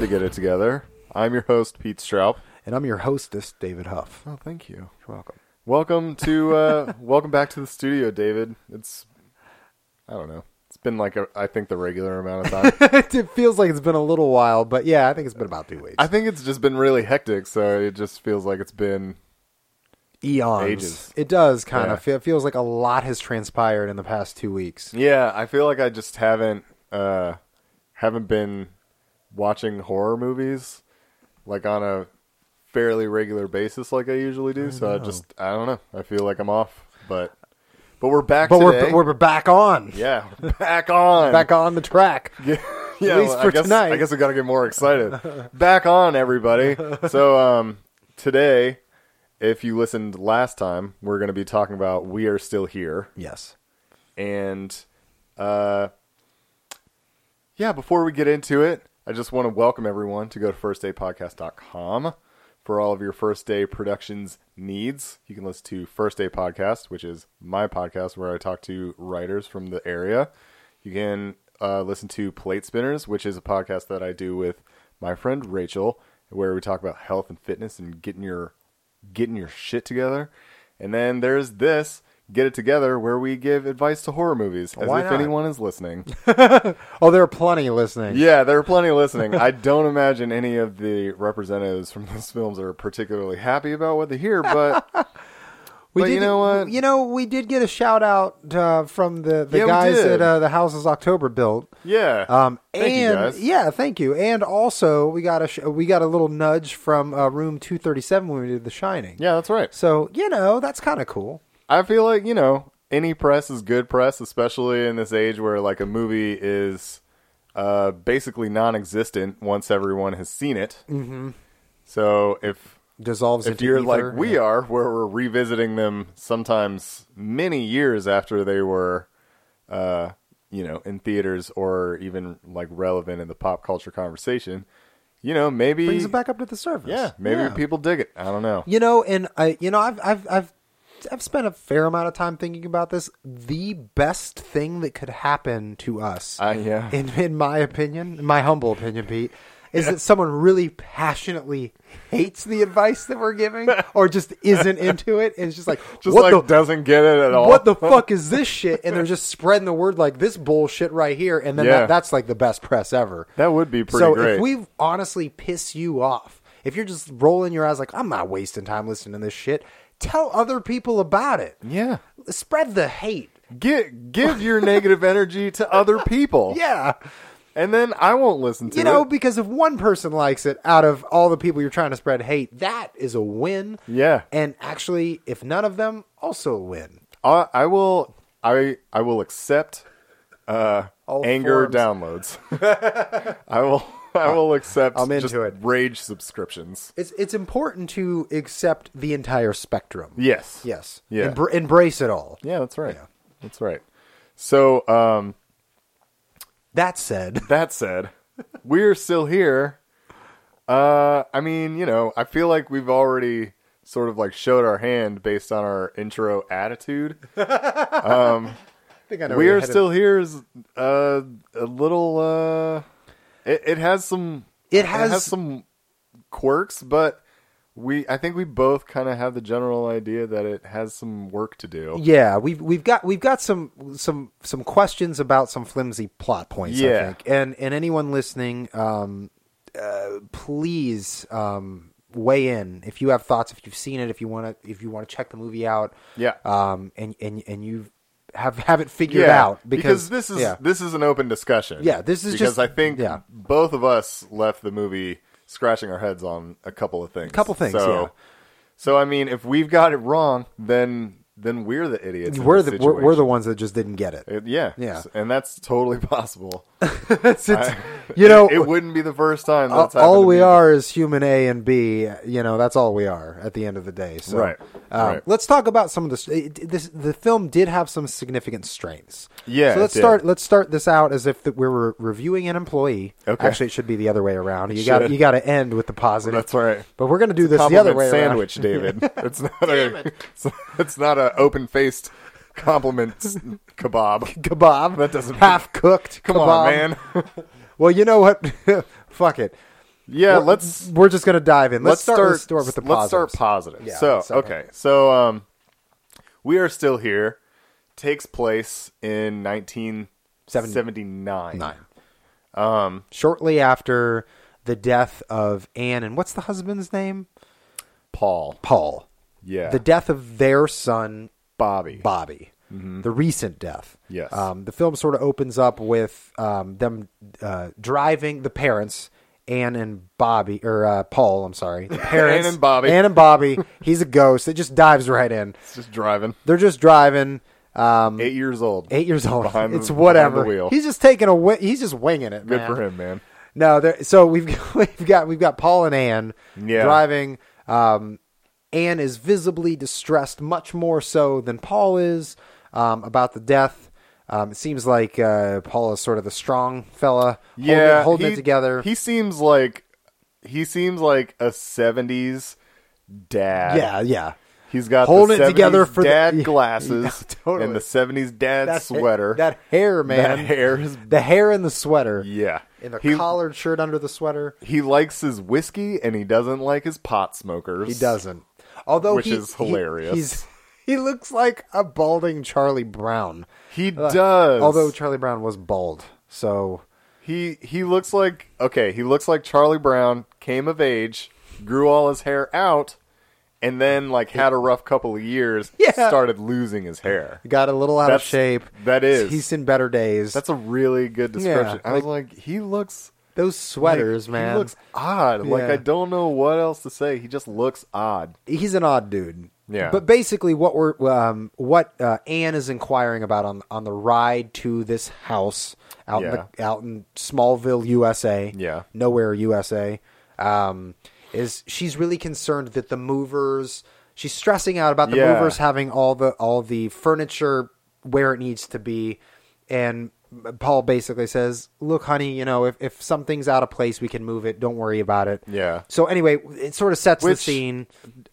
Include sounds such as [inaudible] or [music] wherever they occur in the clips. together. I'm your host, Pete Straub. And I'm your hostess, David Huff. [laughs] Oh, thank you. You're welcome. Welcome to uh, welcome back to the studio, David. It's I don't know. It's been like a, I think the regular amount of [laughs] time. it feels like it's been a little while, but yeah, I think it's been about two weeks. I think it's just been really hectic, so it just feels like it's been Eons. Ages. It does kind Yeah. of. It feels like a lot has transpired in the past two weeks. Yeah, I feel like I just haven't uh haven't been watching horror movies like on a fairly regular basis like I usually do. so I just I don't know. I feel like I'm off, but but we're back But today. we're, we're back on. yeah, we're back on. Back on the track. [laughs] Yeah, yeah, least for I guess, tonight. I guess we got to get more excited. Back on, everybody. So, um, today, if you listened last time, we're going to be talking about "We Are Still Here" Yes. and, uh, yeah. Before we get into it, I just want to welcome everyone to go to firstdaypodcast.com for all of your first day productions needs. You can listen to First Day Podcast, which is my podcast where I talk to writers from the area. You can uh, listen to Plate Spinners, which is a podcast that I do with my friend Rachel, where we talk about health and fitness and getting your getting your shit together. And then there's this Get It Together, where we give advice to horror movies, as Why if not? anyone is listening. Oh, there are plenty listening. Yeah, there are plenty listening. I don't imagine any of the representatives from those films are particularly happy about what they hear, [laughs] but We But did, you know what? You know, we did get a shout out uh, from the, the Yeah, we guys did. at uh, the houses October built. yeah. Um, Thank you, and guys. yeah, thank you. And also, we got a sh- we got a little nudge from uh, room two thirty seven when we did The Shining. yeah, that's right. So you know that's kind of cool. I feel like, you know, any press is good press, especially in this age where like a movie is uh basically non-existent once everyone has seen it. Mm-hmm. So if Dissolves if into you're ether. like we are, where we're revisiting them sometimes many years after they were, uh, you know, in theaters or even like relevant in the pop culture conversation, you know, maybe brings it back up to the surface. yeah, maybe people dig it. I don't know. You know, and I, you know, I've, I've, I've, I've spent a fair amount of time thinking about this. The best thing that could happen to us, I- Uh, yeah. in in my opinion, in my humble opinion, Pete, is that someone really passionately hates the advice that [laughs] we're giving, or just isn't into it, and is just like, Just what like the. doesn't get it at all. What the fuck is this shit? And they're just spreading the word like this bullshit right here, and then Yeah. that, that's like the best press ever. That would be pretty so great. if we honestly piss you off, if you're just rolling your eyes like I'm not wasting time listening to this shit, tell other people about it. yeah. Spread the hate. Get, give your negative energy to other people. [laughs] Yeah. And then I won't listen to You know, it. because if one person likes it out of all the people you're trying to spread hate, that is a win. Yeah. And actually, if none of them, also a win. I, I will I I will accept uh All anger forms. downloads. [laughs] I will I will accept I'm into just it. rage subscriptions. It's it's important to accept the entire spectrum. Yes. Yes. Yeah. Embr- embrace it all. Yeah, that's right. That's right. So, um That said, that said, we're still here. Uh I mean, you know, I feel like we've already sort of like showed our hand based on our intro attitude. I think I know we where are you're still here is uh, a little uh it, it has some It has- some quirks but we i think we both kind of have the general idea that it has some work to do Yeah, we've we've got we've got some some some questions about some flimsy plot points. I Yeah. think, and and anyone listening, um, uh, please um, weigh in if you have thoughts, if you've seen it, if you want to if you want to check the movie out. Yeah. um, and and and you have haven't figured out because, because, this is yeah. this is an open discussion Yeah, this is because just- i think yeah. both of us left the movie scratching our heads on a couple of things Couple things, so yeah. so i mean if we've got it wrong then then we're the idiots in we're this the we're, we're the situation. ones that just didn't [laughs] get it. It- yeah Yeah. and that's totally [laughs] possible It's- it's- [laughs] you know, it wouldn't be the first time all- that's happened Oh. Uh, all to we me. are is human A and B. You know, that's all we are at the end of the day. So, Right. um, Right. let's talk about some of this. it- this. The film did have some significant strengths. Yeah, So let's it did. start. Let's start this out as if that we were reviewing an employee. Okay. Actually, it should be the other way around. You It got should. you got to end with the positive. That's all right. But we're going to do this the Compliment other way sandwich, David. It's not a [laughs] it's, it's not a open faced compliment s- [laughs] kebab. around. [laughs] Kebab. That doesn't- half cooked. [laughs] Come on, kebab. man. Well, you know what? [laughs] Fuck it. Yeah, We're- let's We're just gonna dive in. Let's, start, let's start with the let's start positives. positive. Yeah, so so- okay, so um, we are still here. Takes place in 1979. Nine. Shortly after the death of Anne and what's the husband's name? Paul. Paul. Yeah. The death of their son Bobby. Bobby. The recent death. Mm-hmm. Yes. Um, the film sort of opens up with um, them uh, driving the parents, Anne and Bobby, or uh, Paul, I'm [laughs] sorry. The parents. and Bobby. Anne and Bobby. He's a ghost. It just dives right in. just driving. They're just driving. Um, Eight years old. eight years old. Behind the- it's whatever. behind the wheel. He's just taking a. Wh- he's just winging it. Good man. for him, man. No, there. So we've we've got [laughs] we've got Paul and Anne Yeah. driving. Um, Anne is visibly distressed, much more so than Paul is um, about the death. Um, it seems like uh, Paul is sort of the strong fella, holding- yeah, holding, it together. He seems like he seems like a 70s dad. yeah, yeah. He's got Holding the it 70s together for the- dad [laughs] yeah, glasses yeah, totally. and the 70s dad That sweater. that hair, man. That hair is The hair in the sweater, yeah. in the he, collared shirt under the sweater. he likes his whiskey and he doesn't like his pot smokers. He doesn't. Although Which he- is he- hilarious. he's [laughs] he looks like a balding Charlie Brown. He does. Uh, Although Charlie Brown was bald, so he he looks like okay, he looks like Charlie Brown came of age, grew all his hair out, and then like had a rough couple of years, [laughs] Yeah. started losing his hair. he got a little out That's- of shape. that is. he's in better days. That's a really good description. Yeah, I was like, he looks Those sweaters, like, man. He looks odd. Like Yeah. I don't know what else to say. He just looks odd. he's an odd dude. Yeah. But basically, what we're um, what uh, Anne is inquiring about on on the ride to this house out in the, out in Smallville, USA. Yeah. nowhere USA. Um, is she's really concerned that the movers? She's stressing out about the Yeah. movers having all the all the furniture where it needs to be, and Paul basically says, "Look, honey, you know if if something's out of place, we can move it. Don't worry about it." Yeah. So anyway, it sort of sets the Which- scene.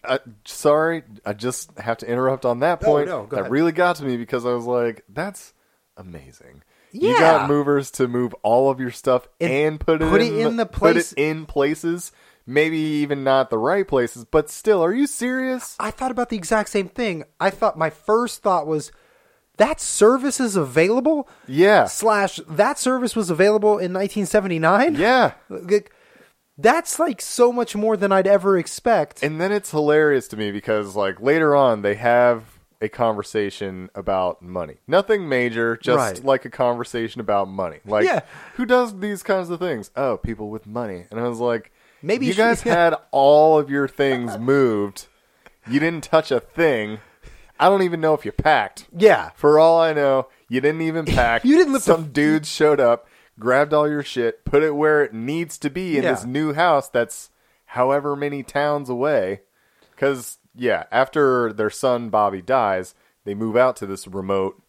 I, Uh, sorry, I just have to interrupt on that point. no, go that ahead. really got to me because I was like, that's amazing. You Yeah. got movers to move all of your stuff and, And put it put in, it in the place- put it in places, maybe even not the right places, but still, are you serious? I thought about the exact same thing. I thought my first thought was that service is available. Yeah. Slash that service was available in 1979. Yeah. Like, That's like so much more than I'd ever expect. And then it's hilarious to me because like later on they have a conversation about money. Nothing major, just Right. like a conversation about money. Like Yeah. who does these kinds of things? Oh, people with money. And I was like, Maybe you she- [laughs] guys had all of your things moved. You didn't touch a thing. I don't even know if you packed. yeah. For all I know, you didn't even pack. [laughs] You didn't lift Some dude showed up, grabbed all your shit, put it where it needs to be in Yeah. this new house that's however many towns away. Because yeah, after their son Bobby dies, they move out to this remote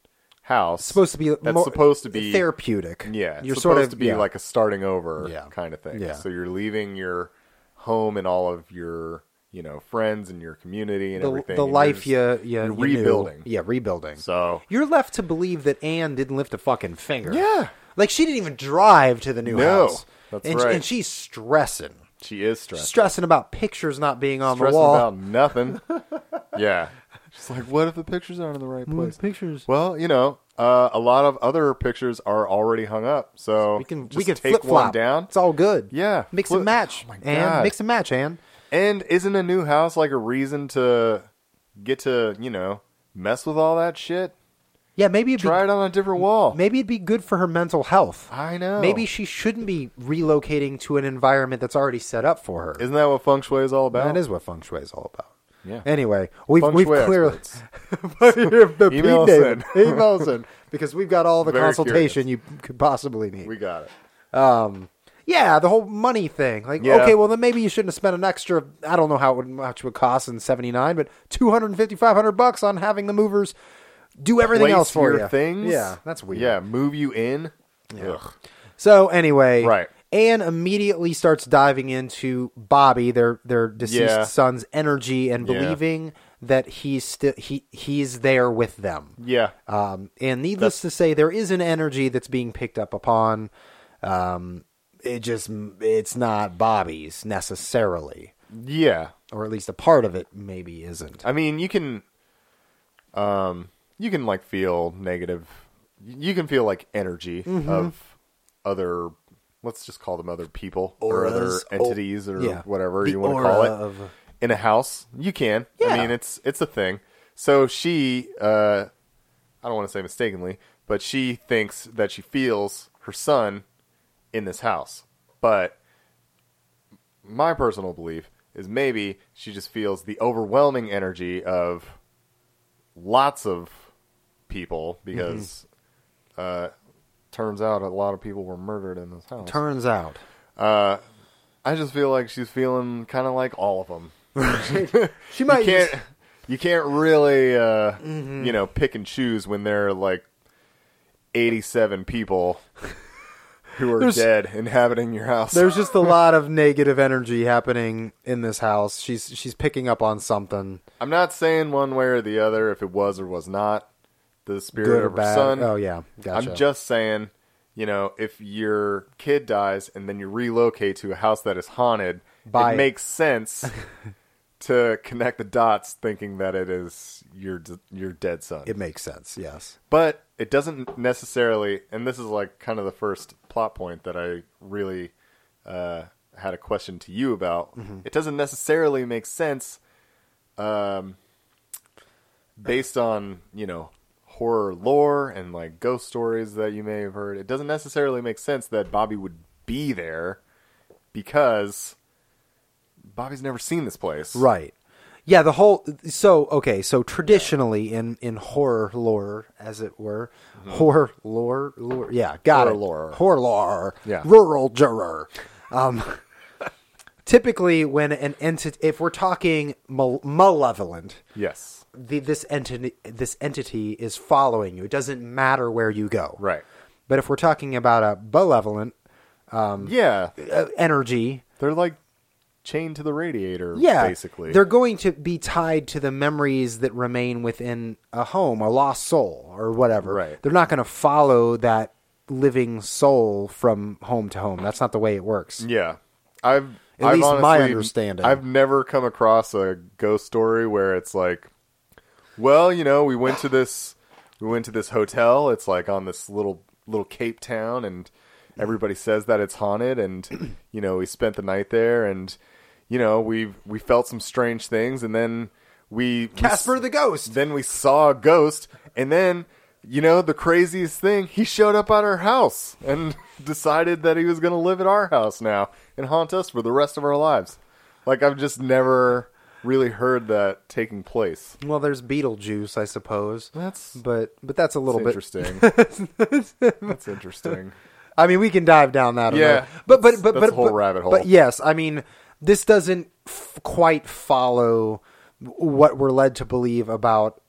house. supposed to be that's more supposed to be therapeutic. yeah, it's You're supposed sort of to be yeah. like a starting over Yeah. kind of thing. Yeah. So you're leaving your home and all of your you know friends and your community and the, everything. the and you're life just- you, you, you you're knew. rebuilding. Yeah, rebuilding. So You're left to believe that Anne didn't lift a fucking finger. Yeah. Like she didn't even drive to the new No, house. that's and, right. And she's stressing. she is stressed. Stressing about pictures not being on the stressing wall. about [laughs] nothing. yeah. She's like, what if the pictures aren't in the right place? Mm, pictures. Well, you know, uh, a lot of other pictures are already hung up, so We can just we can take flip one flop down. It's all good. Yeah, Mix flip- and match. Oh my God. and mix and match, Anne. And isn't a new house like a reason to get to you know mess with all that shit? Yeah, maybe it'd Try be it on a different wall. maybe it'd be good for her mental health. I know. Maybe she shouldn't be relocating to an environment that's already set up for her. isn't that what feng shui is all about? That is what feng shui is all about. Yeah. Anyway, we've Feng we've shui clearly [laughs] experts. the [laughs] Email Pete us David. email us in, because we've got all the [laughs] Very consultation you could possibly need. we got it. Um, yeah, the whole money thing. Like, Yeah. okay, well then maybe you shouldn't have spent an extra. I don't know how it would, much it would cost in '79, but 250, 500 bucks on having the movers do everything Place else for your you. things. Yeah, that's weird. Yeah, move you in. Ugh. So anyway, Right. Anne immediately starts diving into Bobby, their their deceased Yeah. son's energy, and Yeah. believing that he's still he he's there with them. Yeah. Um, and needless to say, there is an energy that's being picked up upon. Um, it just it's not Bobby's necessarily, Yeah. or at least a part of it maybe isn't. I mean, you can, um, you can like feel negative. You can feel like energy Mm-hmm. of other. Let's just call them other people or other Auras, or- entities or yeah. whatever The you want to call it aura of- in a house. You can. I Yeah. mean, it's it's a thing. So she, uh, I don't want to say mistakenly, but she thinks that she feels her son in this house. But my personal belief is maybe she just feels the overwhelming energy of lots of people because Mm-hmm. uh, turns out a lot of people were murdered in this house. Uh, Turns out, I just feel like she's feeling kind of like all of them. she might. you can't you can't really uh, Mm-hmm. you know pick and choose when there are like 87 people who are There's- dead inhabiting your house There's [laughs] just a lot of negative energy happening in this house. She's she's picking up on something i'm not saying one way or the other if it was or was not the spirit good or of her bad. son Oh yeah, gotcha. i'm just saying you know if your kid dies and then you relocate to a house that is haunted By- it makes [laughs] sense to connect the dots thinking that it is your d- your dead son it makes sense. Yes. but it doesn't necessarily and this is like kind of the first plot point that i really uh, had a question to you about it doesn't necessarily make sense um, based on you know horror lore and like ghost stories that you may have heard it doesn't necessarily make sense that bobby would be there because bobby's never seen this place Right. Yeah, the whole so okay, so traditionally in in horror lore as it were, horror lore lore yeah, got Mm-hmm. Horror lore. it. Horror lore. Yeah. Rural juror. Um [laughs] typically when an entity if we're talking mal- malevolent, yes the, this entity this entity is following you. It doesn't matter where you go. right But if we're talking about a malevolent yeah uh, energy, They're like chained to the radiator, yeah basically. they're going to be tied to the memories that remain within a home a lost soul or whatever Right. they're not going to follow that living soul from home to home that's not the way it works yeah. I've At I've least honestly, my understanding. I've never come across a ghost story where it's like, well, you know, we went to this we went to this hotel. It's like on this little little Cape town, and everybody says that it's haunted. And [clears throat] you know, we spent the night there, and you know, we we felt some strange things, and then we we casper the ghost Then we saw a ghost, and then you know the craziest thing: he showed up at our house and [laughs] decided that he was going to live at our house now and haunt us for the rest of our lives. Like I've just never really heard that taking place. well there's beetlejuice i suppose That's, but but that's a little bit interesting. [laughs] that's interesting. I mean, we can dive down that. Yeah, road. but but that's- but that's but a whole but- rabbit hole. But yes, I mean, this doesn't f- quite follow what we're led to believe about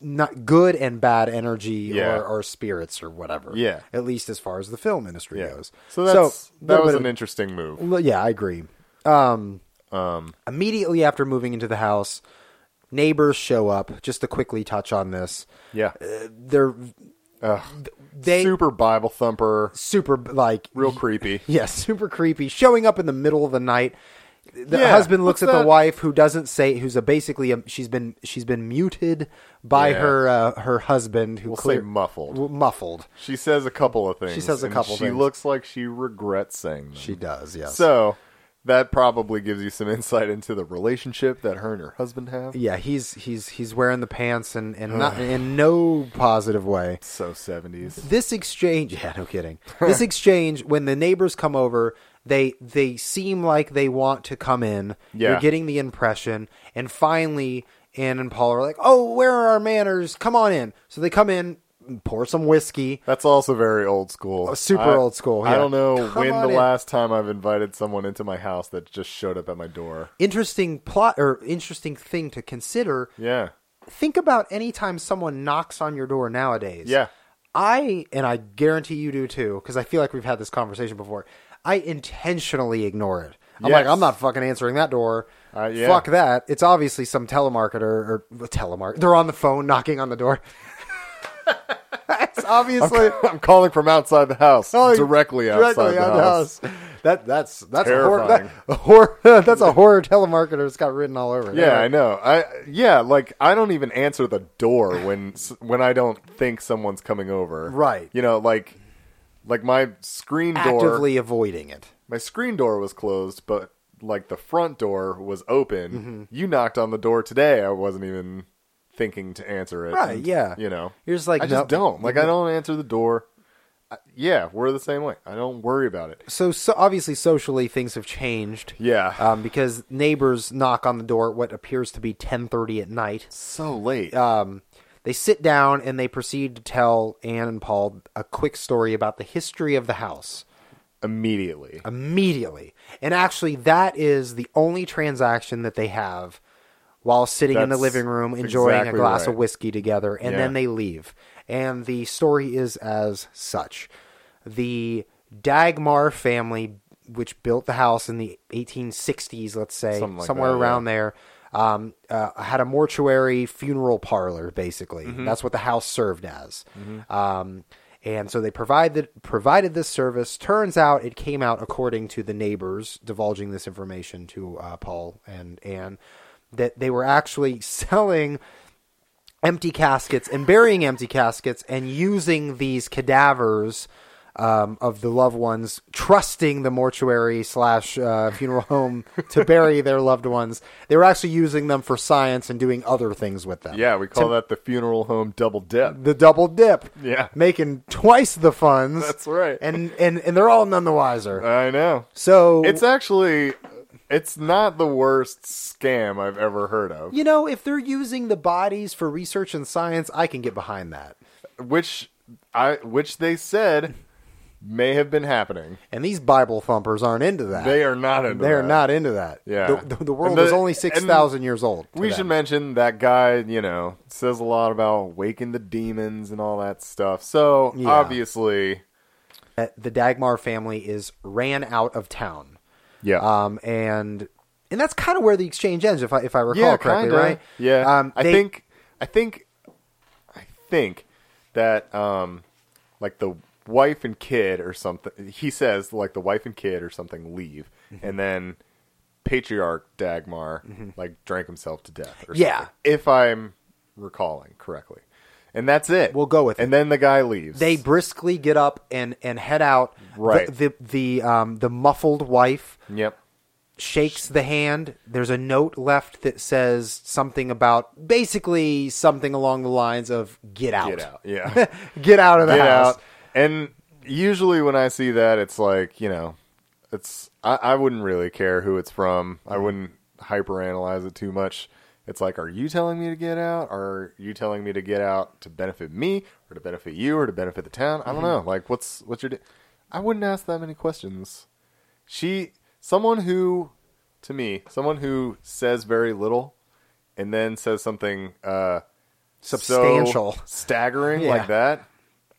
not good and bad energy Yeah. or, or spirits or whatever. Yeah. at least as far as the film industry Yeah. goes. So that's that little was bit an of- interesting move. Well, yeah, I agree. Um, Um. immediately after moving into the house, neighbors show up. Just to quickly touch on this, Yeah. uh, they're Ugh. they Super Bible thumper. super like Real creepy. Yeah, [laughs] super creepy. Showing up in the middle of the night. The Yeah, husband looks at what's the that? wife who doesn't say who's a basically a, she's been she's been muted by Yeah. her uh, her husband who We'll clear- say muffled. w- muffled. She says a couple of things. says a and couple She things. looks like she regrets saying them. She does, yes. So that probably gives you some insight into the relationship that her and her husband have. yeah, he's he's he's wearing the pants and and not in no positive way. So seventies. This exchange, [laughs] yeah, no kidding. This exchange when the neighbors come over, they they seem like they want to come in. Yeah. You're getting the impression, and finally, Anne and Paul are like, "Oh, where are our manners? Come on in." So they come in, pour some whiskey. That's also very old Oh, school. super I- old school, I yeah. don't know Come when the on in. last time I've invited someone into my house that just showed up at my door. Interesting plot or interesting thing to consider. Yeah. Think about anytime someone knocks on your door nowadays. Yeah. I and I guarantee you do too, because I feel like we've had this conversation before. I intentionally ignore it. I'm like, Yes. I'm not fucking answering that door. Uh, yeah. Fuck that. It's obviously some telemarketer or telemarketer. They're on the phone knocking on the door. [laughs] It's yes, obviously. [laughs] I'm calling from outside the house, Oh, directly outside directly the out house. the house. That that's that's a horror, Terrifying. that- a horror [laughs] that's a horror telemarketer. It's got written all over. it. Yeah, I know. I yeah, like I don't even answer the door when when I don't think someone's coming over. Right. You know, like like my screen door actively avoiding it. my screen door was closed, but like the front door was open. Mm-hmm. You knocked on the door today. I wasn't even thinking to answer it. Right, And, yeah. You know. You're just like, I just no. Mm-hmm. don't. Like I don't answer the door. I, yeah, we're the same way. I don't worry about it. So, so obviously, socially, things have changed. Yeah. Um, because neighbors knock on the door at what appears to be 10:30 at night. so late. Um, they sit down and they proceed to tell Anne and Paul a quick story about the history of the house Immediately. uh, immediately. And actually, that is the only transaction that they have while sitting in the That's living room enjoying exactly a glass right. of whiskey together, and then Yeah. they leave. And the story is as such the Dagmar family, which built the house in the 1860s, let's say, Something like somewhere that, yeah. around there. Um, uh, had a mortuary funeral parlor, basically. Mm-hmm. That's what the house served as. Um, and so they provided provided this service. Turns out it came out according to the neighbors divulging this information to uh, Paul and Anne that they were actually [laughs] selling empty caskets and burying empty caskets and using these cadavers um, of the loved ones, trusting the mortuary slash uh, funeral home [laughs] to bury their loved ones. They were actually using them for science and doing other things with them. yeah, we call that the funeral home double dip. The double dip, Yeah. making twice the funds. That's right. and and and they're all none the wiser. I know. So It's actually it's not the worst scam I've ever heard of. you know, if they're using the bodies for research and science, I can get behind that. Which I which they said may have been happening. And these Bible thumpers aren't into that. They are not into They're that. not into that. Yeah. The, the, the And world the- is only and 6,000 years old. to We them. should mention that guy, you know, says a lot about waking the demons and all that stuff. So Yeah. obviously Uh, The Dagmar family is ran out of town. Yeah. Um, and and that's kind of where the exchange ends, if I, if I recall yeah, correctly, kinda. right? Yeah. Um, I they- think I think I think that um like the wife and kid or something he says like the wife and kid or something leave Mm-hmm. and then patriarch Dagmar like drank himself to death or Yeah. something, if I'm recalling correctly. And that's it. We'll go with And then the guy leaves. They briskly get up and, and head out. Right. The, the, the, um, the muffled wife Yep. shakes the hand. There's a note left that says something about basically something along the lines of get out. Get out. [laughs] Yeah. Get out of the get house. out. And usually when I see that, it's like you know, it's I, I wouldn't really care who it's from. I Mm. wouldn't hyperanalyze it too much. It's like, are you telling me to get out? Are you telling me to get out to benefit me, or to benefit you, or to benefit the town? I don't know. Mm-hmm. Like, what's what's your? Di- I wouldn't ask that many questions. She, someone who, to me, someone who says very little, and then says something uh, so Substantial. staggering Yeah. like that.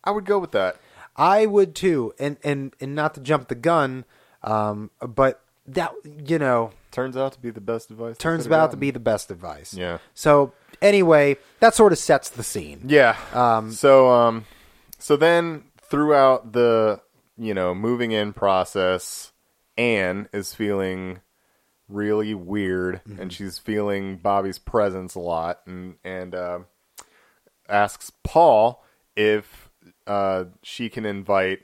I would go with that. I would too, and and and not to jump the gun, um, but that you know Turns out to be the best advice. I turns could've out to gotten. be the best advice. Yeah. So anyway, that sort of sets the scene. Yeah. so um so then throughout the you know moving in process, Anne is feeling really weird, Mm-hmm. and she's feeling Bobby's presence a lot, and and uh, asks Paul if uh, she can invite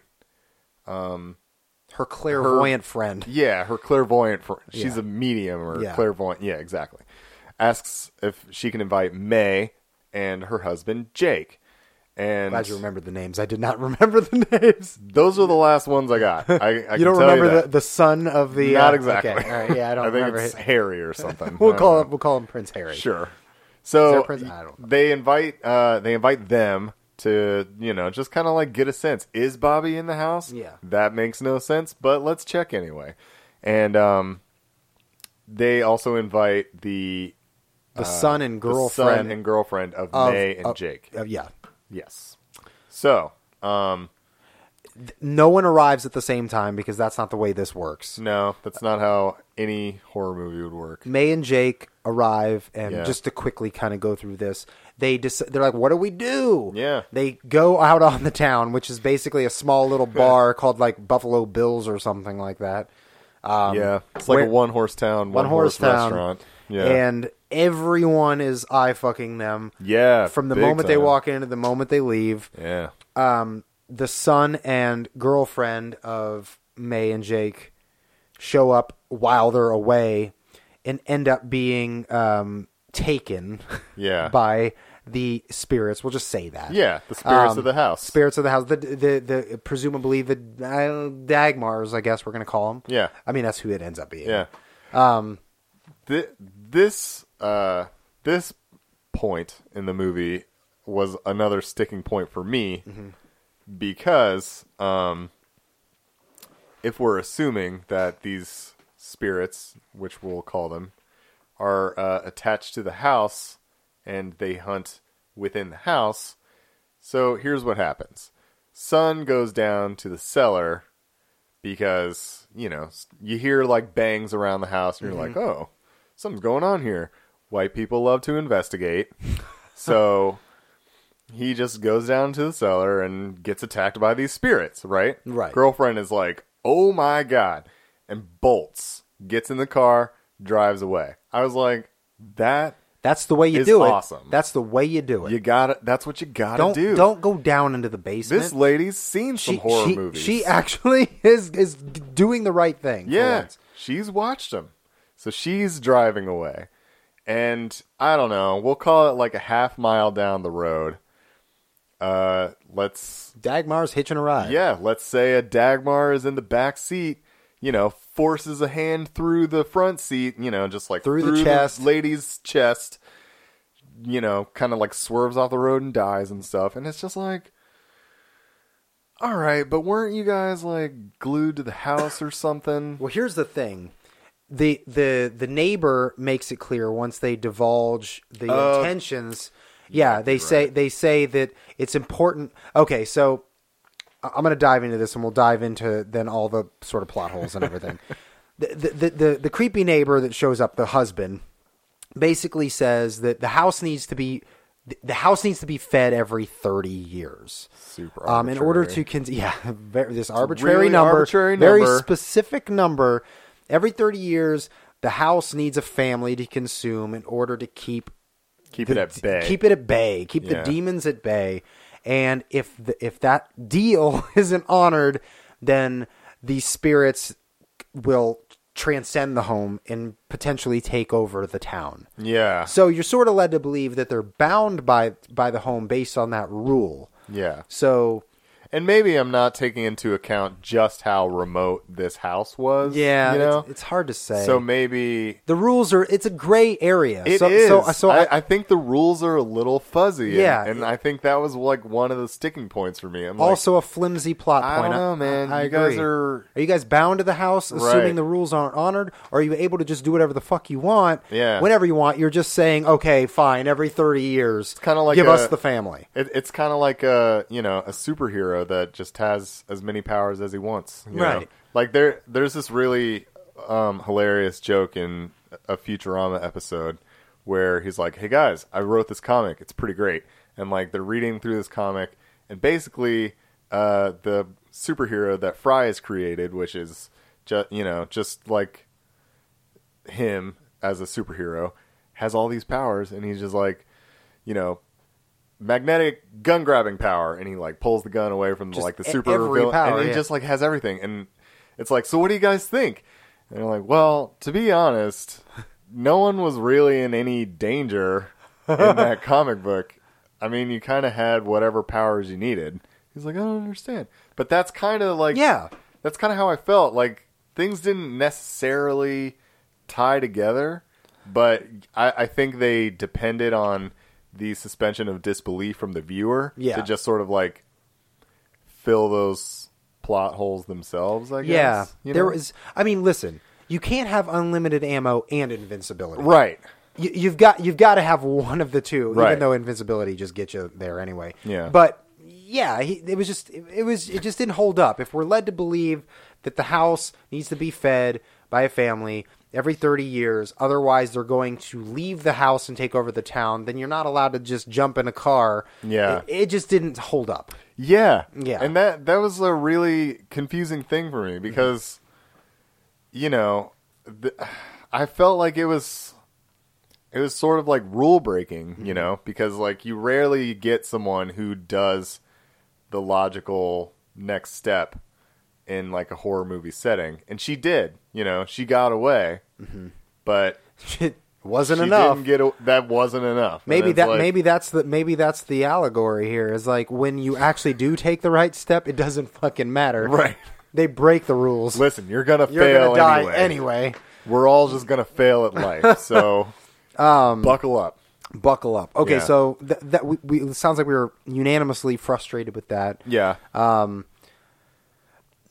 Her clairvoyant friend. Yeah, her clairvoyant. Fr- she's Yeah. a medium or Yeah. clairvoyant. Yeah, exactly. Asks if she can invite May and her husband Jake. And Glad you remembered the names. I did not [laughs] remember the names. those are the last ones I got. I, I [laughs] you can tell don't remember you the, that. the son of the Not uh, exactly. Okay. All [laughs] right. Yeah, I don't I think remember. it's it. Harry or something. [laughs] We'll I call don't him. We'll call him Prince Harry. know. Sure. there So a pres- I don't know. they invite uh, they invite them to you know just kind of like get a sense is Bobby in the house? Yeah. that makes no sense, but let's check anyway. And um, they also invite the The son and the girlfriend. son and girlfriend of, of- May and of- Jake. of- yeah. Yes. So No one arrives at the same time because that's not the way this works. no, that's not how any horror movie would work. May and Jake arrive, and Yeah. just to quickly kind of go through this, they dec- they're like, what do we do? Yeah. They go out on the town, which is basically a small [laughs] little bar called like Buffalo Bills or something like that. Um, yeah, it's like where- a one horse town, one, horse, town, restaurant. Yeah, And everyone is eye fucking them. yeah. From the big moment they time. walk in to the moment they leave. yeah, um, the son and girlfriend of May and Jake show up while they're away and end up being um, taken Yeah. [laughs] by the spirits. We'll just say that. yeah. The spirits Um, of the house. Spirits of the house, the the the presumably the uh, Dagmars, I guess we're gonna call them. Yeah. I mean that's who it ends up being. yeah. Um, this uh this point in the movie was another sticking point for me because um if we're assuming that these spirits, which we'll call them, are uh, attached to the house and they hunt within the house. So here's what happens. Sun goes down to the cellar because, you know, s- you hear like bangs around the house and you're like, Mm-hmm. "Oh, something's going on here." White people love to [laughs] investigate. so he just goes down to the cellar and gets attacked by these spirits, right? Right. Girlfriend is like, "Oh my god." And bolts, gets in the car, drives away. I was like, that That's the way you It's do it. awesome. That's the way you do it. you got to That's what you got to don't do. don't go down into the basement. This lady's seen some horror she, movies. She actually [laughs] is is d- doing the right thing. for yeah, once. she's watched them, so she's driving away, and I don't know. We'll call it like a half mile down the road. Uh, let's Dagmar's hitching a ride. yeah, let's say a Dagmar is in the back seat. You know, forces a hand through the front seat. You know, just like Through the chest. lady's chest. You know, kind of like swerves off the road and dies and stuff. And it's just like, all right, but weren't you guys like glued to the house or something? Well, here's the thing. The the the neighbor makes it clear once they divulge the Oh. intentions. Yeah, they say they say that it's important. Okay, so I- I'm going to dive into this, and we'll dive into then all the sort of plot holes and everything. [laughs] the, the, the the the creepy neighbor that shows up, the husband, basically says that the house needs to be th- the house needs to be fed every 30 years. Super Um, in order arbitrary. to con- yeah, [laughs] very, this arbitrary number, arbitrary very number. specific number. Every 30 years, the house needs a family to consume in order to keep Keep the, it at bay. Keep it at bay. Keep Yeah. the demons at bay. And if the, if that deal [laughs] isn't honored, then the spirits will transcend the home and potentially take over the town. yeah, So you're sort of led to believe that they're bound by by the home based on that rule. yeah. So And maybe I'm not taking into account just how remote this house was. yeah, you know. it's, it's hard to say. so maybe the rules are it's a gray area. It is. so, So, so I, I, I think the rules are a little fuzzy. and- Yeah. and, I think that was like one of the sticking points for me. I'm like, also a flimsy plot I point. don't know, man. I you guys agree. are Are you guys bound to the house, assuming Right. the rules aren't honored? Or are you able to just do whatever the fuck you want, Yeah. whenever you want? You're just saying, okay, fine. Every thirty years, kinda like give a- us the family. It, it's kind of like a you know a superhero that just has as many powers as he wants. you know? Right. Like there, there's this really um, hilarious joke in a Futurama episode where he's like, "Hey guys, I wrote this comic. It's pretty great." And like they're reading through this comic, and basically uh, the superhero that Fry has created, which is just you know just like him as a superhero, has all these powers, and he's just like, you know, magnetic gun grabbing power and he like pulls the gun away from Just like the e- super every villain power, and he yeah. just like has everything and it's like so what do you guys think and they're like well to be honest no one was really in any danger in [laughs] that comic book i mean you kind of had whatever powers you needed he's like i don't understand but that's kind of like Yeah. that's kind of how i felt like things didn't necessarily tie together, but I, I think they depended on the suspension of disbelief from the viewer Yeah. to just sort of like fill those plot holes themselves. I guess. Yeah, you there know? is. I mean, listen, you can't have unlimited ammo and invincibility. right. you, you've got you've got to have one of the two, Right. even though invincibility just gets you there anyway. Yeah. But yeah, he, it was just it, it was it just didn't hold up. If we're led to believe that the house needs to be fed by a family every 30 years. Otherwise, they're going to leave the house and take over the town. Then you're not allowed to just jump in a car. Yeah. It, it just didn't hold up. [laughs] Yeah. Yeah. Mm-hmm. And that that was a really confusing thing for me because you know, th- I felt like it was it was sort of like rule breaking, Mm-hmm. you know, because like you rarely get someone who does the logical next step in like a horror movie setting. And she did, you know, she got away. But it Mm-hmm. wasn't she enough. didn't get a- that wasn't enough. And Maybe it's that like- maybe that's the maybe that's the allegory here is like when you actually do take the right step, it doesn't fucking matter. Right. They break the rules. Listen, you're going to You're fail gonna die anyway. anyway. We're all just gonna fail at [laughs] life, so Um, buckle up. Buckle up. Okay, Yeah. so th- that we, we it sounds like we were unanimously frustrated with that. Yeah,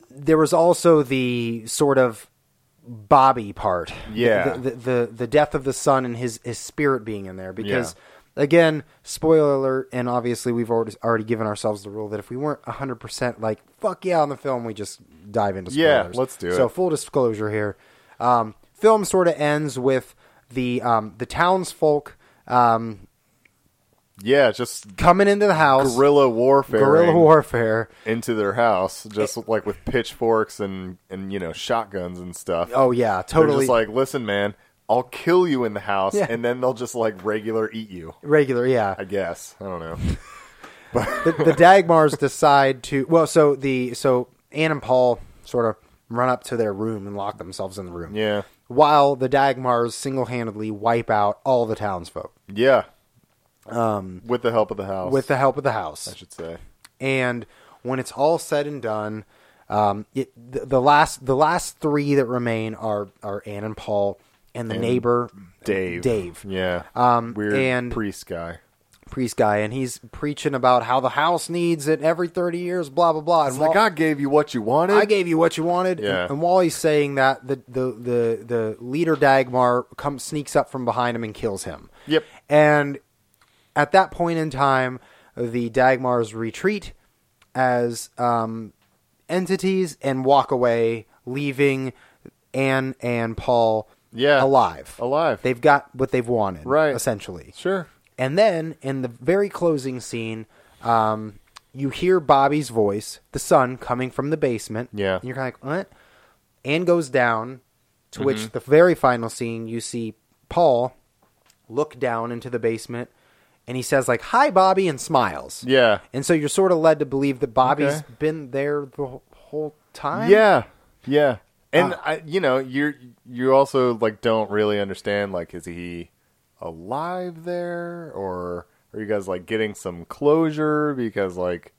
There was also the sort of Bobby part. Yeah. The the, the, the death of the son and his his spirit being in there because again, spoiler alert and obviously we've already already given ourselves the rule that if we weren't 100% like fuck yeah on the film, we just dive into Yeah, spoilers. let's do So it. full disclosure here. Um, film sort of ends with the um, the townsfolk um, yeah, just coming into the house. guerrilla warfare, guerrilla warfare. into their house, just like with pitchforks and and you know shotguns and stuff. Oh yeah, They're totally just like, listen, man, I'll kill you in the house, Yeah. and then they'll just like regular eat you. regular. Yeah, I guess I don't know. the, the Dagmars decide to. Well, so the so Anne and Paul sort of run up to their room and lock themselves in the room. Yeah, While the Dagmars single-handedly wipe out all the townsfolk yeah. Um, with the help of the house, with the help of the I house, should say. and when it's all said and done, um, it, the, the last the last three that remain are are Anne and Paul and the neighbor Dave. Dave. Yeah. Um, Weird and- priest guy. priest guy and he's preaching about how the house needs it every 30 years blah blah blah and It's while- like I gave you what you wanted. I gave you what you wanted and- Yeah. and, while he's saying that the, the the the leader Dagmar comes sneaks up from behind him and kills him Yep. and at that point in time the Dagmars retreat as um, entities and walk away leaving Anne and Paul Yeah. alive alive. they've got what they've wanted Right. essentially sure. and then in the very closing scene, um, you hear Bobby's voice, the son, coming from the basement. Yeah. And you're kind of like, what? And goes down, to which Mm-hmm. the very final scene, you see Paul look down into the basement and he says, like, hi, Bobby, and smiles. Yeah. And so you're sort of led to believe that Bobby's Okay. been there the wh- whole time. Yeah. Yeah. And I you know, you're you also like don't really understand like is he alive there or are you guys like getting some closure because like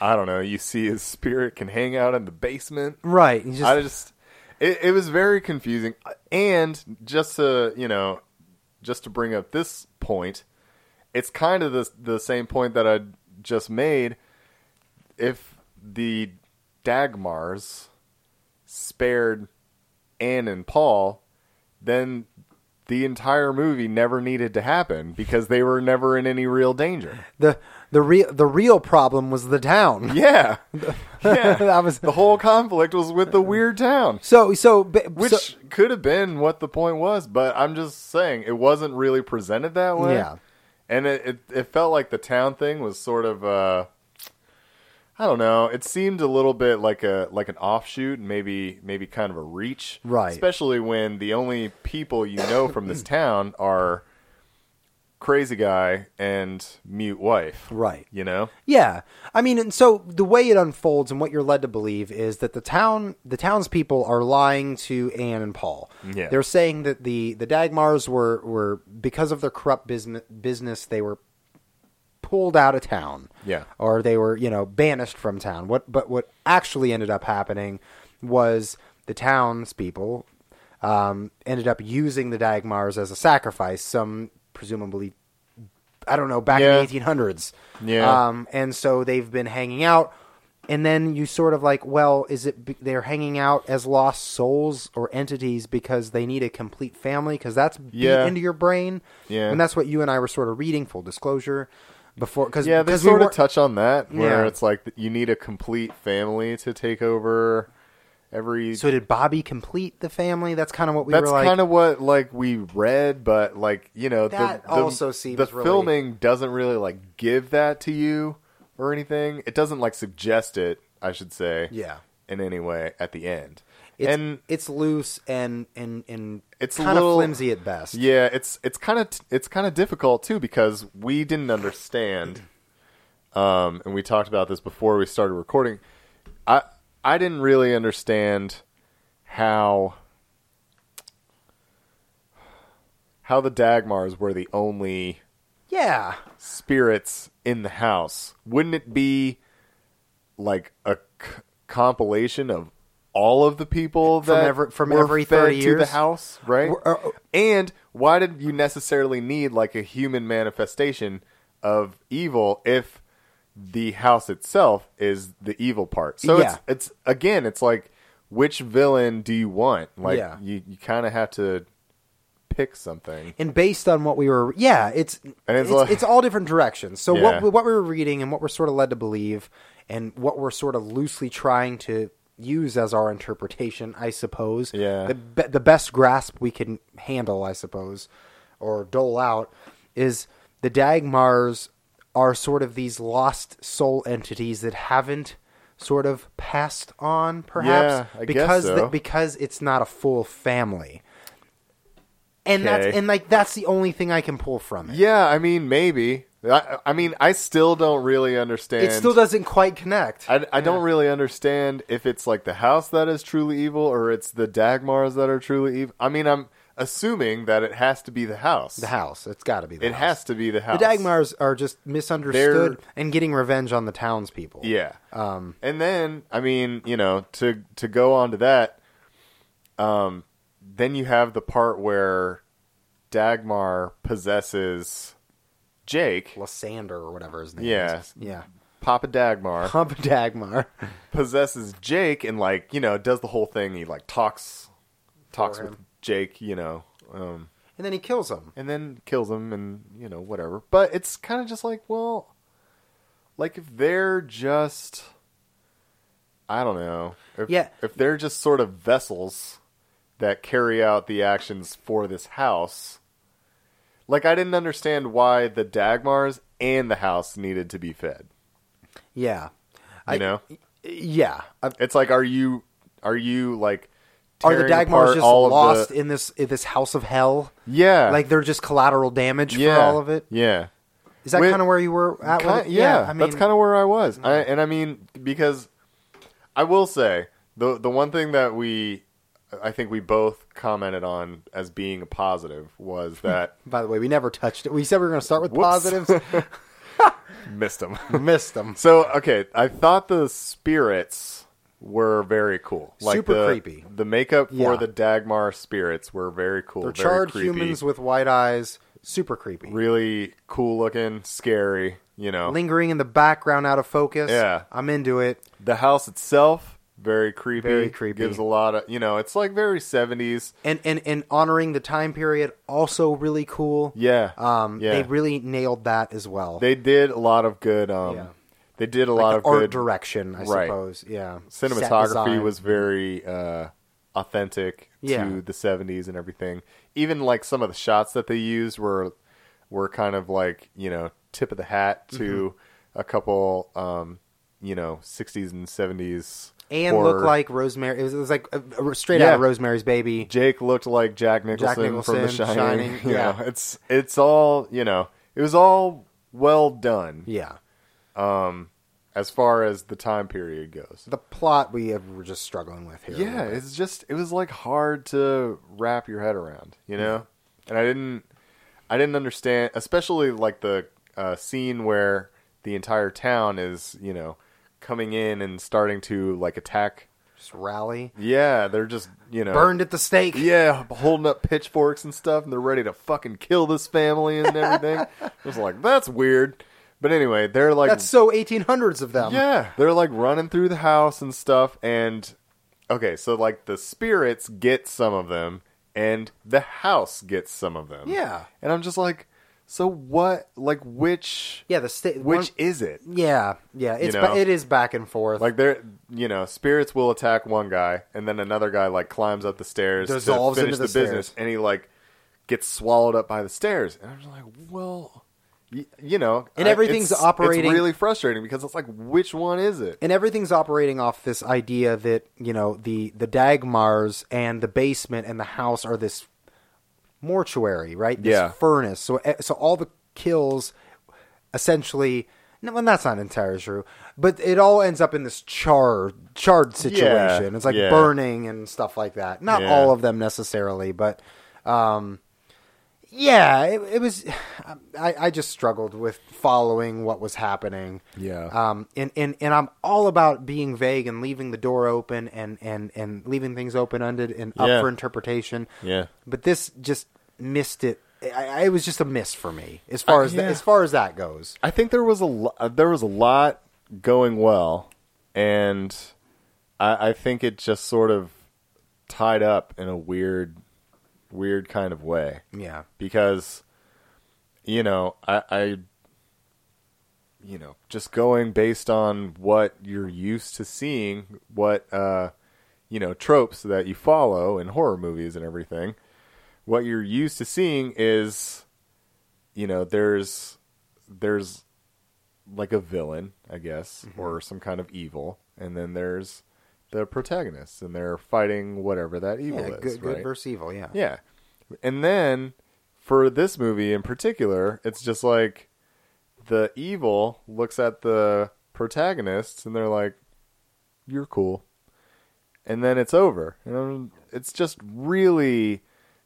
I don't know, you see his spirit can hang out in the basement. Right. He's just, I just it, it was very confusing. And just to you know, just to bring up this point, it's kind of the the same point that I just made. If the Dagmars spared Anne and Paul, then the entire movie never needed to happen because they were never in any real danger. the, the, real the real problem was the town. Yeah. [laughs] yeah. [laughs] that was The whole conflict was with the weird town. so so ba- Which so- could have been what the point was, but I'm just saying it wasn't really presented that way. Yeah. And it, it, it felt like the town thing was sort of uh I don't know. It seemed a little bit like a like an offshoot, and maybe maybe kind of a reach. Right. Especially when the only people you know from [coughs] this town are crazy guy and mute wife. right You know? Yeah, I mean, and so the way it unfolds and what you're led to believe is that the town, the townspeople, are lying to Anne and Paul. Yeah. they're saying that the the Dagmars were were because of their corrupt business business they were pulled out of town. Yeah. or they were you know banished from town. What but what actually ended up happening was the townspeople um, ended up using the Dagmars as a sacrifice. Some presumably. I don't know. Back Yeah. in the 1800s, Yeah. um, and so they've been hanging out, and then you sort of like, well, is it be- they're hanging out as lost souls or entities because they need a complete family? Because that's beat Yeah. into your brain, Yeah. And that's what you and I were sort of reading. Full disclosure, before because Yeah, they because we sort were of touch on that where Yeah. it's like you need a complete family to take over every So did Bobby complete the family? That's kind of what we that's were like. kind of what like we read, but like you know, That the, the, also seems the really- filming doesn't really like give that to you or anything. It doesn't like suggest it, I should say, yeah. in any way at the end. It's, and it's loose and and and It's a kind of little- flimsy at best. yeah, it's it's kind of it's kind of difficult too because we didn't understand, um, and we talked about this before we started recording. I I didn't really understand how how the Dagmars were the only Yeah. spirits in the house. Wouldn't it be like a c- compilation of all of the people From that every- from were every fed 30 to the years? house, right? Were- uh, and why did you necessarily need like a human manifestation of evil if the house itself is the evil part? So it's Yeah. it's again, it's like which villain do you want? Like Yeah. you, you kind of have to pick something. and based on what we were yeah it's And it's it's, like- it's all different directions so Yeah. what what we were reading and what we're sort of led to believe and what we're sort of loosely trying to use as our interpretation i suppose Yeah. the, be- the best grasp we can handle i suppose or dole out is the dagmars are sort of these lost soul entities that haven't sort of passed on perhaps Yeah, I guess because the- so. because it's not a full family and Okay. that's and like that's the only thing I can pull from it. Yeah, I mean, maybe. I, I mean, I still don't really understand. it still doesn't quite connect. I, I don't really understand if it's like the house that is truly evil or it's the Dagmars that are truly evil. I mean, I'm assuming that it has to be the house. the house, it's got to be. The It house. has to be the The house. Dagmars are just misunderstood They're- and getting revenge on the townspeople. Um, Yeah. and then I mean, you know, to to go on to that, um, then you have the part where Dagmar possesses Jake, Lysander or whatever his name Yeah. is. Yeah. Papa Dagmar. Pump Dagmar. possesses Jake and like you know does the whole thing. He like talks, talks For with him. Jake, you know, um, And then he kills him. and then kills him and you know whatever. But it's kind of just like well, like if they're just, I don't know, if, Yeah. if they're just sort of vessels that carry out the actions for this house. Like I didn't understand why the Dagmars and the house needed to be fed. Yeah. You know, Yeah. Uh, It's like, are you are you like Are the tearing apart Dagmars just all of lost The, in this in this house of hell? yeah, Like they're just collateral damage yeah, for all of it? Yeah, Is that With- kind of where you were at? Ki- with it? yeah, I mean, Mm-hmm. that's kind of where I was. I, and I mean, because I will say the the one thing that we I think we both commented on as being a positive Hmm. was that By the way, we never touched it. We said we were going to start with Whoops. positives. missed him. [laughs] Missed them. [laughs] So okay, I thought the spirits were very cool. Like Super the, creepy. The makeup for Yeah. the Dagmar spirits were very cool. They're very charred creepy. humans with white eyes. Super creepy. really cool looking, scary. You know, Lingering in the background, out of focus. Yeah. I'm into it. the house itself very creepy. Very creepy. Gives a lot of you know. It's like very seventies. And and and honoring the time period, also really cool. Yeah. Um, Yeah. they really nailed that as well. They did a lot of good. Um, Yeah. they did a like lot the of art good. direction, I Right. suppose. Yeah. Set cinematography design. was very uh, authentic Yeah. to the seventies and everything. Even like some of the shots that they used were were kind of like you know tip of the hat to Mm-hmm. a couple. Um, you know, sixties and seventies. and looked like Rosemary. It was, it was like a, a straight Yeah. out of Rosemary's Baby. Jake looked like Jack Nicholson, from The Nicholson, Shining. Shining, [laughs] you yeah. know, it's it's all you know. It was all well done Yeah. as far as the time period goes. The plot we have, were just struggling with here. a Yeah, little bit. it's just it was like hard to wrap your head around, you know. And I didn't, I didn't understand, especially like the uh, scene where the entire town is, you know, coming in and starting to like attack. Just rally. Yeah, they're just you know Burned at the stake. Yeah, holding up pitchforks and stuff, and they're ready to fucking kill this family and [laughs] everything. I was like, that's weird. But anyway, they're like, That's so 1800s of them. yeah, they're like running through the house and stuff. And okay, so like the spirits get some of them, and the house gets some of them. Yeah. and I'm just like, So what? Like which? Yeah, the state. Which is it? yeah, yeah. It's know? ba- it is back and forth. Like there, you know, spirits will attack one guy, and then another guy like climbs up the stairs, to Dissolves finish into the business, stairs. and he like gets swallowed up by the stairs. And I'm just like, well, y- you know, And I- everything's it's- operating- It's really frustrating because it's like, which one is it? and everything's operating off this idea that you know the the Dagmars and the basement and the house are this mortuary, right? This Yeah. furnace. So eh, so all the kills, essentially. No, well, that's not entirely true, but it all ends up in this charred charred situation. it's like yeah. burning and stuff like that. Not Yeah. all of them necessarily, but um, yeah, it, it was. [sighs] I, I just struggled with following what was happening. Yeah. Um. And, and and I'm all about being vague and leaving the door open and and and leaving things open ended and up Yeah. for interpretation. Yeah. But this just missed it. I, I, it was just a miss for me as far Uh, as yeah. that, as far as that goes. I think there was a lo- uh, there was a lot going well, and I, I think it just sort of tied up in a weird, weird kind of way. Yeah. because you know I, I you know just going based on what you're used to seeing what uh you know tropes that you follow in horror movies and everything what you're used to seeing is you know there's there's like a villain i guess Mm-hmm. or some kind of evil and then there's the protagonists and they're fighting whatever that evil Yeah. is good. Good right? versus evil. Yeah. Yeah. And then for this movie in particular, it's just like the evil looks at the protagonists and they're like, You're cool. And then it's over. And I'm- it's just really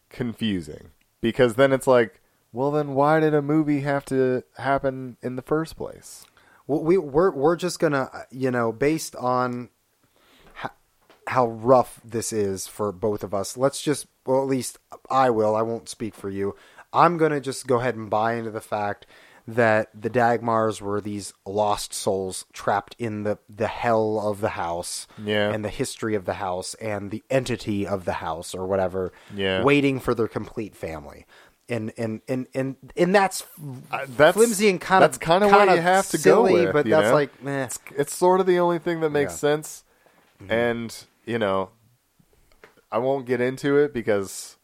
confusing because then it's like, well, then why did a movie have to happen in the first place? Well, we we're we're just gonna uh, you know based on how, how rough this is for both of us. Let's just well at least I will. I won't speak for you. I'm gonna just go ahead and buy into the fact that the Dagmars were these lost souls trapped in the the hell of the house Yeah. and the history of the house and the entity of the house or whatever Yeah. waiting for their complete family. And and and and and that's Uh, that's- flimsy and kind that's of kinda what you have to go with, but you that's know? like meh. it's sort of the only thing that makes Yeah. Mm-hmm. sense and you know i won't get into it because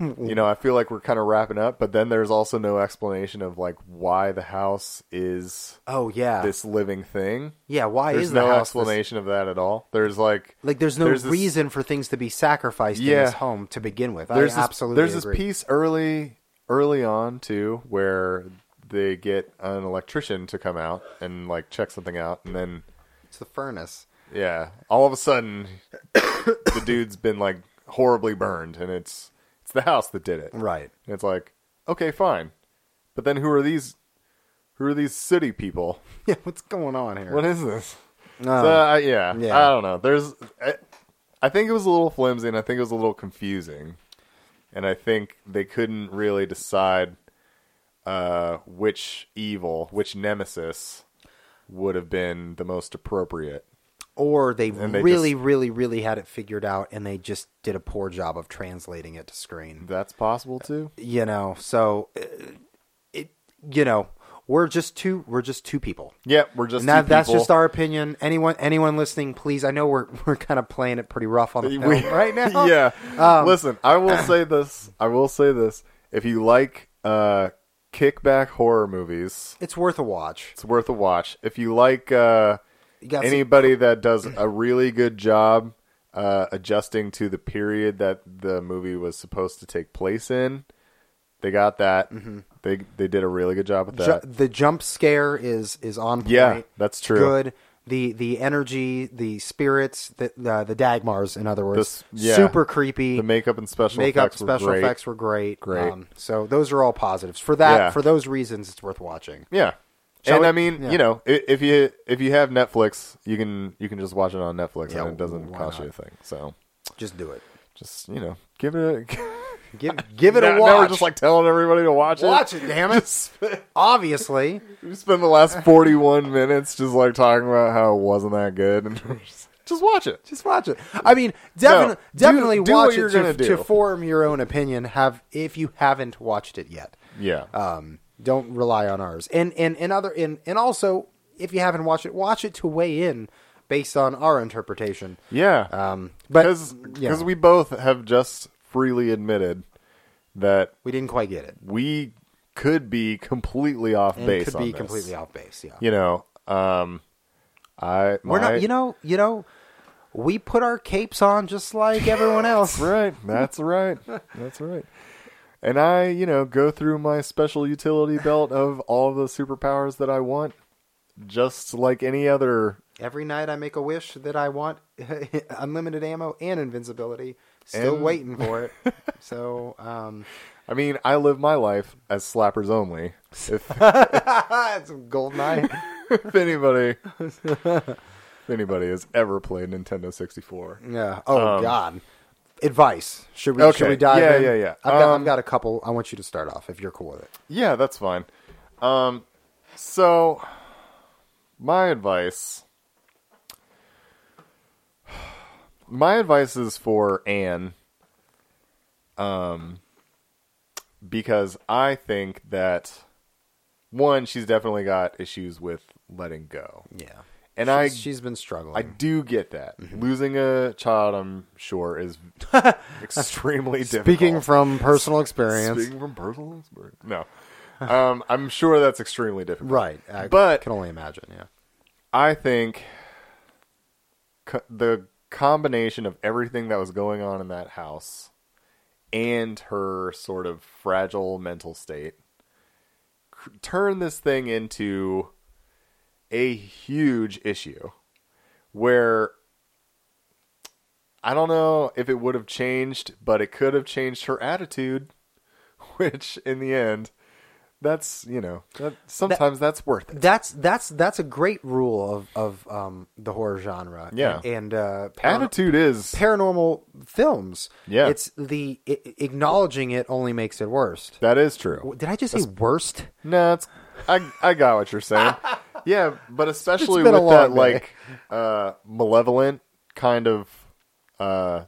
you know i feel like we're kind of wrapping up but then there's also no explanation of like why the house is oh yeah, this living thing yeah. Why there's is no the house this- explanation of that at all there's like like, there's no There's this- reason for things to be sacrificed in Yeah. this home to begin with. there's I this, absolutely there's agree. this piece early early on too where they get an electrician to come out and like check something out and then It's the furnace. Yeah. All of a sudden, the dude's been like horribly burned, and it's it's the house that did it. Right. And it's like, okay, fine, but then who are these? Who are these city people? [laughs] Yeah, what's going on here? What is this? Um, so, uh, I yeah, yeah. I don't know. There's, I, I think it was a little flimsy, and I think it was a little confusing, and I think they couldn't really decide uh, which evil, which nemesis, would have been the most appropriate. or they they really, just- really, really had it figured out, and they just did a poor job of translating it to screen. That's possible too. You know, so uh, it. You know, we're just two. We're just two people. Yep, we're just And that, two that's people. [laughs] just our opinion. Anyone, anyone listening, please. I know we're [laughs] we're kind of playing it pretty rough on the We- [laughs] film right now. yeah. Um, Listen, I [clears throat] will say this. I will say this. If you like uh, kickback horror movies, it's worth a watch. it's worth a watch. If you like uh, You got some- anybody that does a really good job uh, adjusting to the period that the movie was supposed to take place in, they got that. Mm-hmm. They they did a really good job with ju- that. the jump scare is is on point. Yeah, that's true. Good. The the energy, the spirits, the the, the Dagmars, in other words, This- yeah. super creepy. the makeup and special Makeup effects special were great. effects were great. Um, Great. so those are all positives. For that, Yeah. for those reasons, it's worth watching. Yeah. Shall and we- I mean, yeah. you know, i- if you if you have Netflix, you can you can just watch it on Netflix Yeah, and it doesn't why cost you a not? thing. So Just do it. just you know, give it a [laughs] Give give it now, a now we're watch. just like [laughs] telling everybody to watch it. watch it, [laughs] damn it. Obviously, We spend the last forty one minutes just like talking about how it wasn't that good, and we're just, just watch it. just watch it. I mean, definitely, do- definitely do what watch you're it gonna to, do. to form your own opinion. Have if you haven't watched it yet. Yeah. Um, Don't rely on ours. And and and other and and also, if you haven't watched it, watch it to weigh in based on our interpretation. Yeah. Um, but Because yeah. we both have just freely admitted that we didn't quite get it. we could be completely off And base could on be this. completely off base. Yeah. You know, um, I We're my- not. You know. You know. We put our capes on just like everyone else. right. That's right. That's right. And I, you know, go through my special utility belt of all the superpowers that I want, just like any other. Every night I make a wish that I want [laughs] unlimited ammo and invincibility. Still And- waiting for [laughs] it. so, um, I mean, I live my life as slappers only. If, [laughs] [laughs] it's a golden eye. if anybody, if anybody has ever played Nintendo 64, [laughs] Yeah. Oh God. Advice. Should we? Should Okay. we dive? Yeah, in? yeah, yeah. I've got, Um, I've got a couple. I want you to start off if you're cool with it. Yeah, that's fine. Um, so my advice, my advice is for Anne, um, because I think that one, she's definitely got issues with letting go, Yeah. and she's, I she's Mm-hmm. been struggling. I do get that losing a child, I'm sure, [laughs] is extremely difficult. Speaking from personal experience, Speaking from personal experience. No. Um, I'm sure that's extremely difficult. right? I But- can only imagine. Yeah. I think co- the combination of everything that was going on in that house and her sort of fragile mental state cr- turned this thing into a huge issue where I don't know if it would have changed, but it could have changed her attitude, [laughs] which in the end, that's, you know, that, sometimes that's worth it. That's that's that's a great rule of of um, the horror genre. Yeah. And uh, parano- Attitude is paranormal films. Yeah. It's the i acknowledging it only makes it worst. That is true. W- Did I just say worst? No, it's I I got what you're [laughs] saying. yeah, but especially with been a that long day. like uh malevolent kind of uh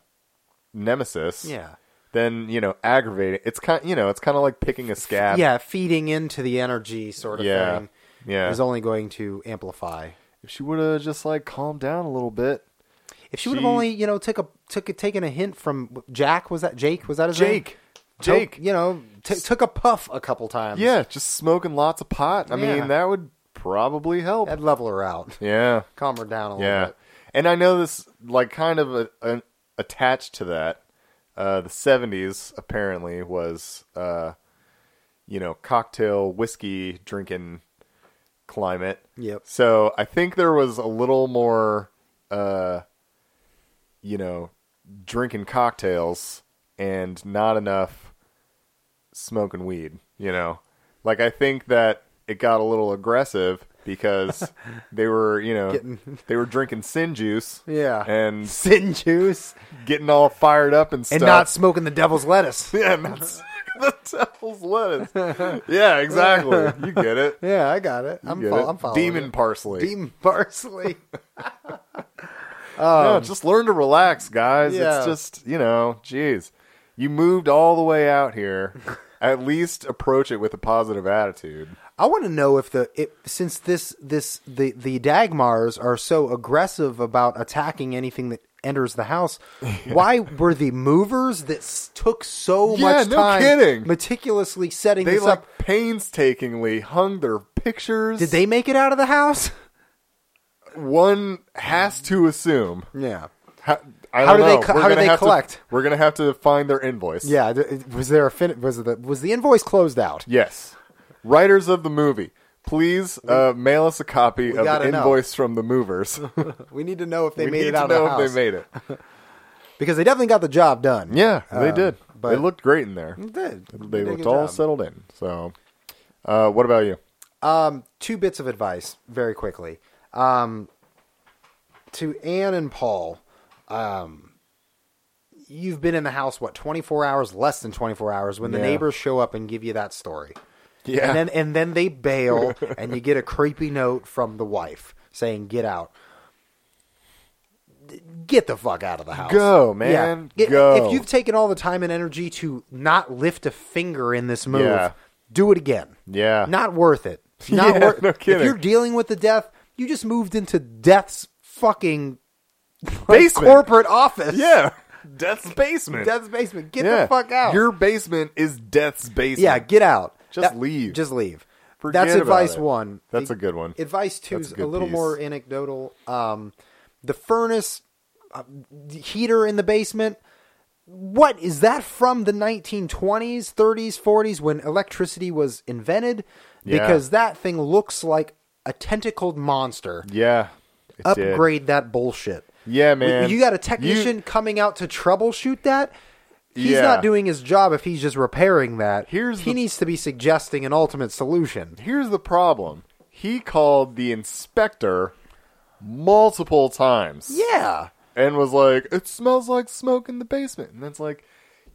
nemesis. Yeah. Then, you know, aggravating. It's kind you know, it's kind of like picking a scab. Yeah, feeding into the energy sort of Yeah. thing Yeah. is only going to amplify. if she would have just like calmed down a little bit. If she would have She- only, you know, took a took a, taken a hint from Jack, was that Jake? Was that his Jake. name? Jake. Took- you know, t- took a puff a couple times. Yeah, just smoking lots of pot. I Yeah. mean, that would probably help. that'd level her out, yeah. calm her down a little Yeah, bit. and I know this like kind of a, an attached to that. Uh, the '70s apparently was, uh, you know, cocktail whiskey drinking climate. Yep. So I think there was a little more, uh, you know, drinking cocktails and not enough smoking weed, you know. Like I think that it got a little aggressive [laughs] because they were, you know, Getting- [laughs] they were drinking sin juice. Yeah. And Sin juice getting all fired up and stuff. and not smoking the devil's [laughs] lettuce. yeah, not the [laughs] devil's [laughs] lettuce. yeah, exactly. You get it. You Yeah, I got it. [laughs] I'm, get fol- it. I'm following. Demon it. parsley. demon parsley. no, just learn to relax, guys. Um, Yeah. It's just, you know, jeez. You moved all the way out [laughs] here. At least approach it with a positive attitude. I want to know if the it, since this this the the Dagmars are so aggressive about attacking anything that enters the [laughs] house, why were the movers that s- took so Yeah, much no time kidding. meticulously setting They this like up? painstakingly hung their pictures. Did they make it out of the house? [laughs] One has to assume. Yeah. How, I How don't do they know. co- We're how do gonna they have to- collect? we're gonna have to find their invoice. Yeah, th- it- was there a fin- was the was the invoice closed out? Yes. Writers of the movie, please uh, mail us a copy of the gotta know. invoice from the movers. [laughs] We need to know if [laughs] [laughs] they we made need it out to know of the house if they made it. because they definitely got the job done. Yeah, they Um, did. but- they looked great in there. They did. They They did a looked good all job. settled in. So, uh, what about you? Um, two bits of advice very quickly. Um, to Anne and Paul, um, you've been in the house what 24 hours, less than 24 hours when the Yeah. neighbors show up and give you that story. Yeah. And then and then they bail [laughs] and you get a creepy note from the wife saying get out. D- Get the fuck out of the house. Go, man. I- Go. If you've taken all the time and energy to not lift a finger in this move, Yeah. do it again. Yeah. Not worth it. Not Yeah, worth. no kidding. If you're dealing with the death, you just moved into death's fucking like, Basement. corporate [laughs] office. yeah. Death's basement. death's basement. Get Yeah. the fuck out. Your basement is death's basement. yeah, get out. Just leave. Just leave. Forget That's about advice it. one. That's I- a good one. Advice two That's is a a, good little piece. more anecdotal. Um, the furnace uh, the heater in the basement. What is that from the 1920s, 30s, 40s when electricity was invented? Yeah. Because that thing looks like a tentacled monster. Yeah. it did. Upgrade that bullshit. Yeah, man. You got a You- technician coming out to troubleshoot that. He's Yeah. not doing his job if he's just repairing that. Here's he the- needs to be suggesting an ultimate solution. Here's the problem. He called the inspector multiple times. Yeah. and was like, "It smells like smoke in the basement." And it's like,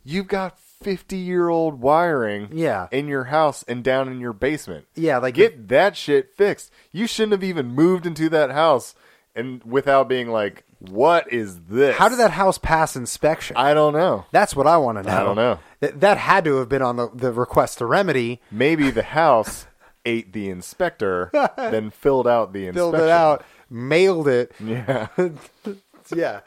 you've got fifty-year-old wiring, Yeah. in your house and down in your basement. Yeah, like- get that shit fixed. You shouldn't have even moved into that house and without being like, "What is this?" How did that house pass inspection? I don't know. That's what I want to know. I don't know. Th- that had to have been on the, the request to remedy. Maybe the house [laughs] ate the [laughs] inspector, then filled out the inspection. Filled it out, mailed it. Yeah, [laughs] Yeah.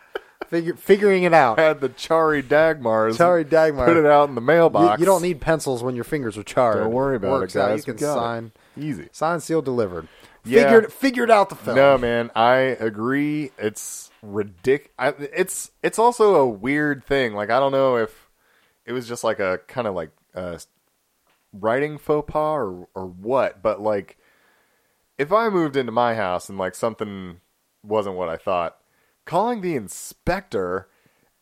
Figure, figuring it out. had the Chari Dagmars. Chari Dagmar. Put it out in the You, mailbox. you don't need pencils when your fingers are charred. Don't worry about Works it, guys. Out. You We can got it. sign, Easy. sign, seal, delivered. Yeah. Figured, figured out the film. No, man, I agree. It's ridic. I, it's it's also a weird thing. Like I don't know if it was just like a kind of like uh, writing faux pas or or what, but like if I moved into my house and like something wasn't what I thought, calling the inspector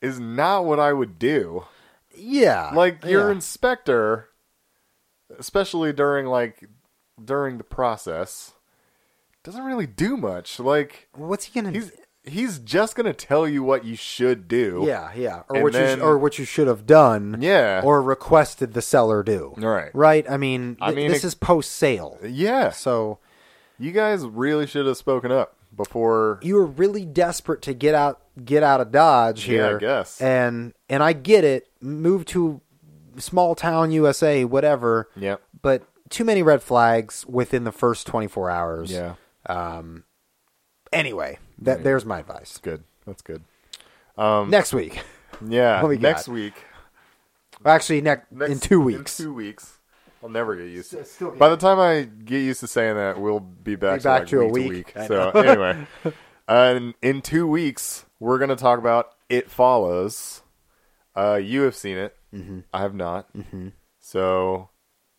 is not what I would do. Yeah. Like your yeah. inspector, especially during like during the process, doesn't really do much. Like What's he gonna? he's he's just gonna tell you what you should do. yeah, yeah, or And what you then- sh- or what you should have done. Yeah. or requested the seller do. Right. right. I mean, I th- mean, this it- is post sale, Yeah. so You guys really should have spoken up before. you were really desperate to get out, get out of Dodge Yeah, I here. guess. and and I get it. Move to small town USA, whatever. Yep. but too many red flags within the first twenty four hours. Um, Yeah. Anyway, that there's my advice. Good. That's good. Um, Next week, [laughs] Yeah. What we next got? week. actually, ne- Next, in two weeks. In two weeks. I'll never get used to. S- still- By the time I get used to saying that, we'll be back, Be back like, to a week week. To I week. So [laughs] [laughs] anyway, and in two weeks we're gonna talk about It Follows. Uh, you have seen it. Mm-hmm. I have not. Mm-hmm. So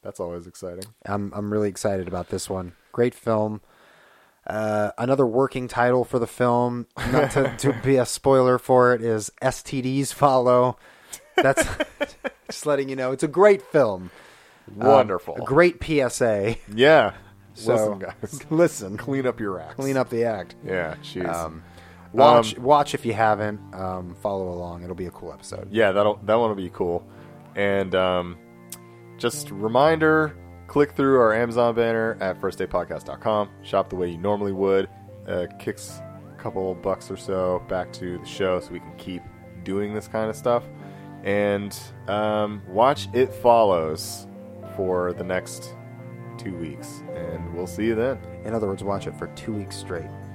that's always exciting. I'm I'm really excited about this one. Great film. Uh, another working title for the film, not to, [laughs] to be a spoiler for it, is STDs Follow. That's [laughs] just letting you know it's a great film. Um, Wonderful. a great PSA. yeah. So Listen, guys, [laughs] listen, clean up your racks. clean up the act. Yeah. Jeez. Um, Watch watch if you haven't. Um, follow along. It'll be a cool episode. yeah, that'll that one will be cool. And um, just reminder: click through our Amazon banner at firstdaypodcast.com. Shop the way you normally would. Uh, kicks a couple bucks or so back to the show, so we can keep doing this kind of stuff. And um, watch it follows for the next two weeks, and we'll see you then. In other words, watch it for two weeks straight.